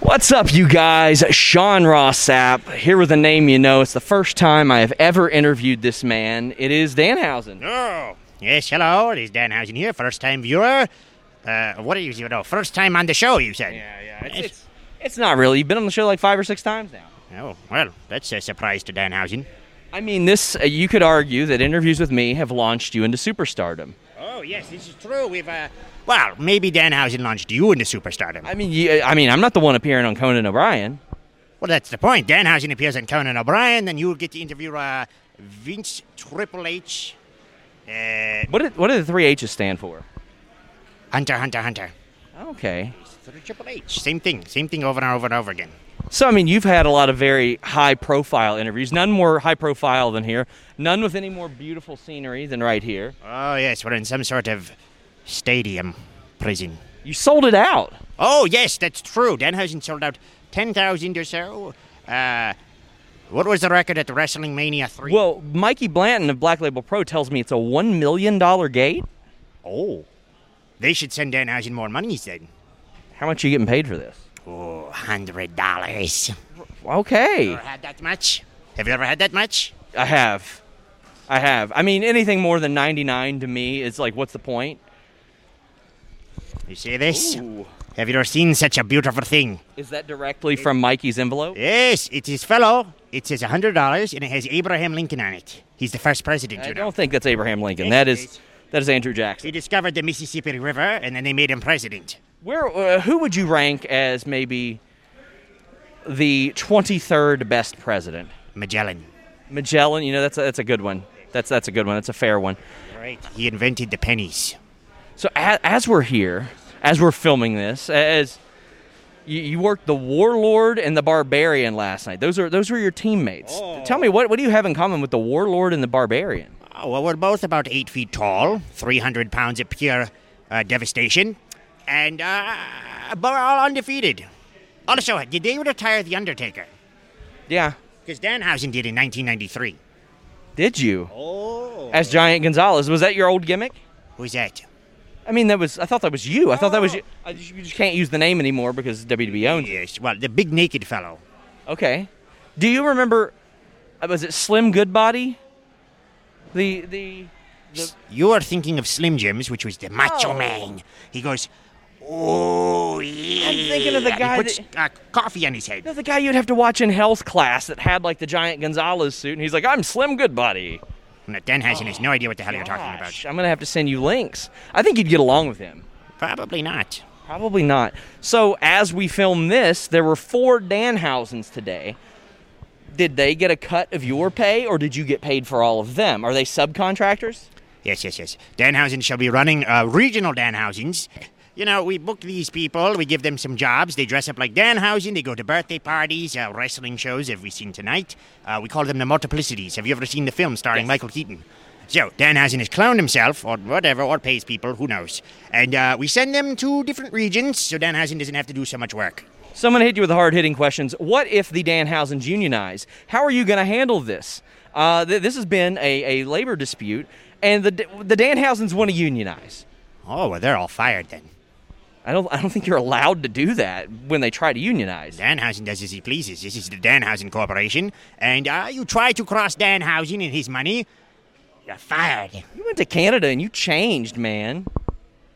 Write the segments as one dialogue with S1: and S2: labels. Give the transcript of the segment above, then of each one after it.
S1: What's up, you guys? Sean Ross Sapp here with a name you know. It's the first time I have ever interviewed this man. It is Danhausen.
S2: Oh, yes, hello. It is Dan Housen here, first time viewer. Uh, what do you, you know, first time on the show, you said?
S1: Yeah, yeah. It's, it's, it's not really. You've been on the show like five or six times now.
S2: Oh, well, that's a surprise to Dan Housen.
S1: I mean, this, uh, you could argue that interviews with me have launched you into superstardom.
S2: Oh, yes, this is true. We've, uh, well, maybe Dan Housen launched you into superstardom.
S1: I mean, you, I mean, I'm not the one appearing on Conan O'Brien.
S2: well, that's the point. Dan Housen appears on Conan O'Brien, then you'll get to interview uh, Vince Triple H, uh,
S1: What did, what do the three H's stand for?
S2: Hunter, Hunter, Hunter.
S1: Okay.
S2: Triple H. Same thing, same thing over and over and over again.
S1: So, I mean, you've had a lot of very high profile interviews, none more high profile than here, none with any more beautiful scenery than right here.
S2: Oh, yes, we're in some sort of stadium prison.
S1: You sold it out.
S2: Oh, yes, that's true. Danhausen sold out 10,000 or so. Uh, what was the record at the Wrestling Mania 3?
S1: Well, Mikey Blanton of Black Label Pro tells me it's a $1 million gate.
S2: oh. They should send Danhausen more money, then.
S1: How much are you getting paid for this?
S2: Oh, $100.
S1: Okay.
S2: Ever had that much? Have you ever had that much?
S1: I have. I have. I mean, anything more than 99 to me is like, what's the point?
S2: You see this? Have you ever seen such a beautiful thing?
S1: Is that directly from Mikey's envelope?
S2: Yes, it is fellow. It says $100 and it has Abraham Lincoln on it. He's the first president,
S1: I
S2: you know.
S1: don't think that's Abraham Lincoln.
S2: Yes,
S1: That
S2: it
S1: is
S2: is.
S1: that is Andrew
S2: He
S1: Jackson.
S2: discovered the Mississippi River and then they made him president.
S1: Where uh, who would you rank as maybe the 23rd best president?
S2: Magellan.
S1: Magellan, you know that's a, that's a good one. That's that's a good one. That's a fair one.
S2: Right. He invented the pennies.
S1: So as, as we're here, as we're filming this, as you, you worked the warlord and the barbarian last night. Those are those were your teammates. Tell me what what do you have in common with the warlord and the barbarian?
S2: Oh, well, we're both about eight feet tall, 300 pounds of pure uh, devastation, and uh, but we're all undefeated. Also, did they retire The Undertaker?
S1: Yeah.
S2: Because Danhausen did in 1993.
S1: Did you? Oh. As Giant Gonzalez, was that your old gimmick?
S2: Who's that?
S1: I mean, that was. I thought that was you. I thought that was you. I just, you just can't use the name anymore because WWE owns it.
S2: Yes, well, the big naked fellow.
S1: Okay. Do you remember? uh, Was it Slim Goodbody? The the. the
S2: You are thinking of Slim Jims, which was the macho
S1: Oh.
S2: man. He goes, oh, yeah.
S1: thinking of the
S2: and
S1: guy
S2: He puts uh, coffee on his head.
S1: the guy you'd have to watch in health class that had like the giant Gonzalez suit, and he's like, "I'm Slim Goodbody."
S2: No, Danhausen has no idea what the hell you're talking
S1: Gosh,
S2: about.
S1: I'm gonna have to send you links. I think you'd get along with him.
S2: Probably not.
S1: Probably not. So as we film this, there were four Danhausens today. Did they get a cut of your pay, or did you get paid for all of them? Are they subcontractors?
S2: Yes, yes, yes. Danhausen shall be running uh, regional Danhausens. You know, we book these people, we give them some jobs, they dress up like Danhausen, they go to birthday parties, uh, wrestling shows, as we've seen tonight. Uh, we call them the Multiplicities. Have you ever seen the film starring
S1: Yes.
S2: Michael Keaton? So, Danhausen has clowned himself, or whatever, or pays people, who knows. And uh, we send them to different regions so Danhausen doesn't have to do so much work.
S1: Someone hit you with hard hitting questions. What if the Danhausens unionize? How are you going to handle this? Uh, th- this has been a, a labor dispute, and the, D- the Danhausens want to unionize.
S2: Oh, well, they're all fired then.
S1: I don't, I don't think you're allowed to do that when they try to unionize.
S2: Danhausen does as he pleases. This is the Danhausen Corporation, and uh, you try to cross Danhausen and his money, you're fired.
S1: You went to Canada and you changed, man.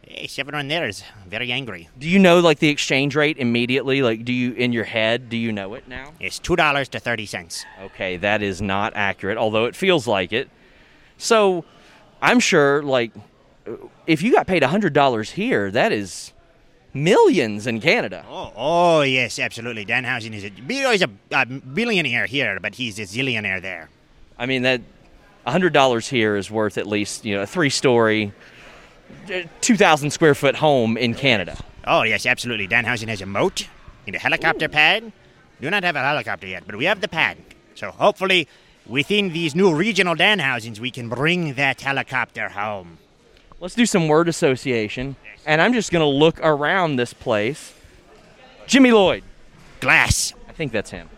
S2: Hey, everyone there is very angry.
S1: Do you know like the exchange rate immediately? Like, do you in your head? Do you know it now?
S2: It's two dollars to thirty cents.
S1: Okay, that is not accurate, although it feels like it. So, I'm sure like if you got paid hundred dollars here, that is millions in Canada.
S2: Oh, oh yes, absolutely. Danhausen is a Beto is a, a billionaire here, but he's a zillionaire there.
S1: I mean that hundred dollars here is worth at least you know a three story, two thousand square foot home in Canada.
S2: Oh yes, absolutely. Danhausen has a moat and a helicopter pad. Do not have a helicopter yet, but we have the pad. So hopefully, within these new regional Danhausens, we can bring that helicopter home.
S1: Let's do some word association, and I'm just gonna look around this place. Jimmy Lloyd.
S2: Glass,
S1: I think that's him.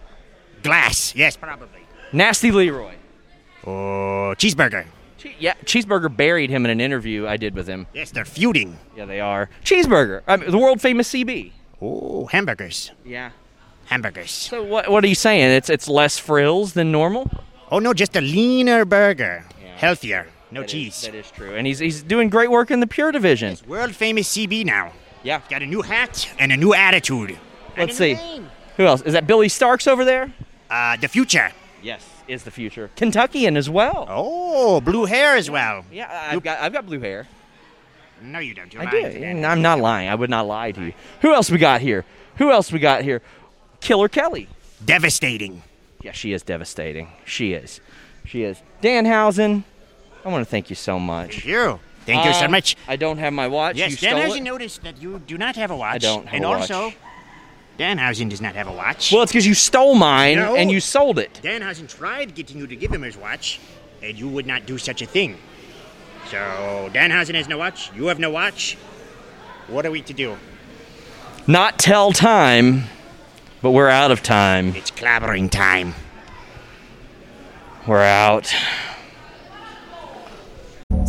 S2: glass. Yes, probably.
S1: Nasty Leroy.
S2: Oh, cheeseburger.
S1: Che- yeah, Cheeseburger buried him in an interview I did with him.
S2: Yes, they're feuding.
S1: Yeah, they are. Cheeseburger, I mean, the world famous CB.
S2: Oh, hamburgers,
S1: Yeah.
S2: hamburgers.
S1: So what? What are you saying? It's it's less frills than normal.
S2: Oh no, just a leaner burger, healthier, no
S1: That is-
S2: cheese.
S1: that is true, and he's he's doing great work in the pure division.
S2: World famous CB now.
S1: Yeah.
S2: Got a new hat and a new attitude.
S1: Let's see. Who else? Is that Billy Starks over there?
S2: Uh, the future.
S1: Yes, is the future Kentuckian as well.
S2: Oh, blue hair as well.
S1: Yeah, I- I've got I've got blue hair.
S2: No, you don't. You're
S1: I do.
S2: lying to
S1: and
S2: me.
S1: I'm not lying. I would not lie to you. Who else we got here? Who else we got here? Killer Kelly.
S2: Devastating.
S1: Yeah, she is devastating. She is. She is. Danhausen, I want to thank you so much.
S2: Thank you. Thank you so
S1: Uh,
S2: much.
S1: I don't have my watch.
S2: Yes,
S1: you stole
S2: Danhausen
S1: it.
S2: noticed that you do not have a watch.
S1: don't have
S2: and
S1: a watch.
S2: also, Danhausen does not have a watch.
S1: Well, it's because you stole mine
S2: No.
S1: and you sold it.
S2: Danhausen tried getting you to give him his watch, and you would not do such a thing. So, Danhausen has no watch. You have no watch. What are we to do?
S1: Not tell time, but we're out of time.
S2: It's clobbering time.
S1: We're out.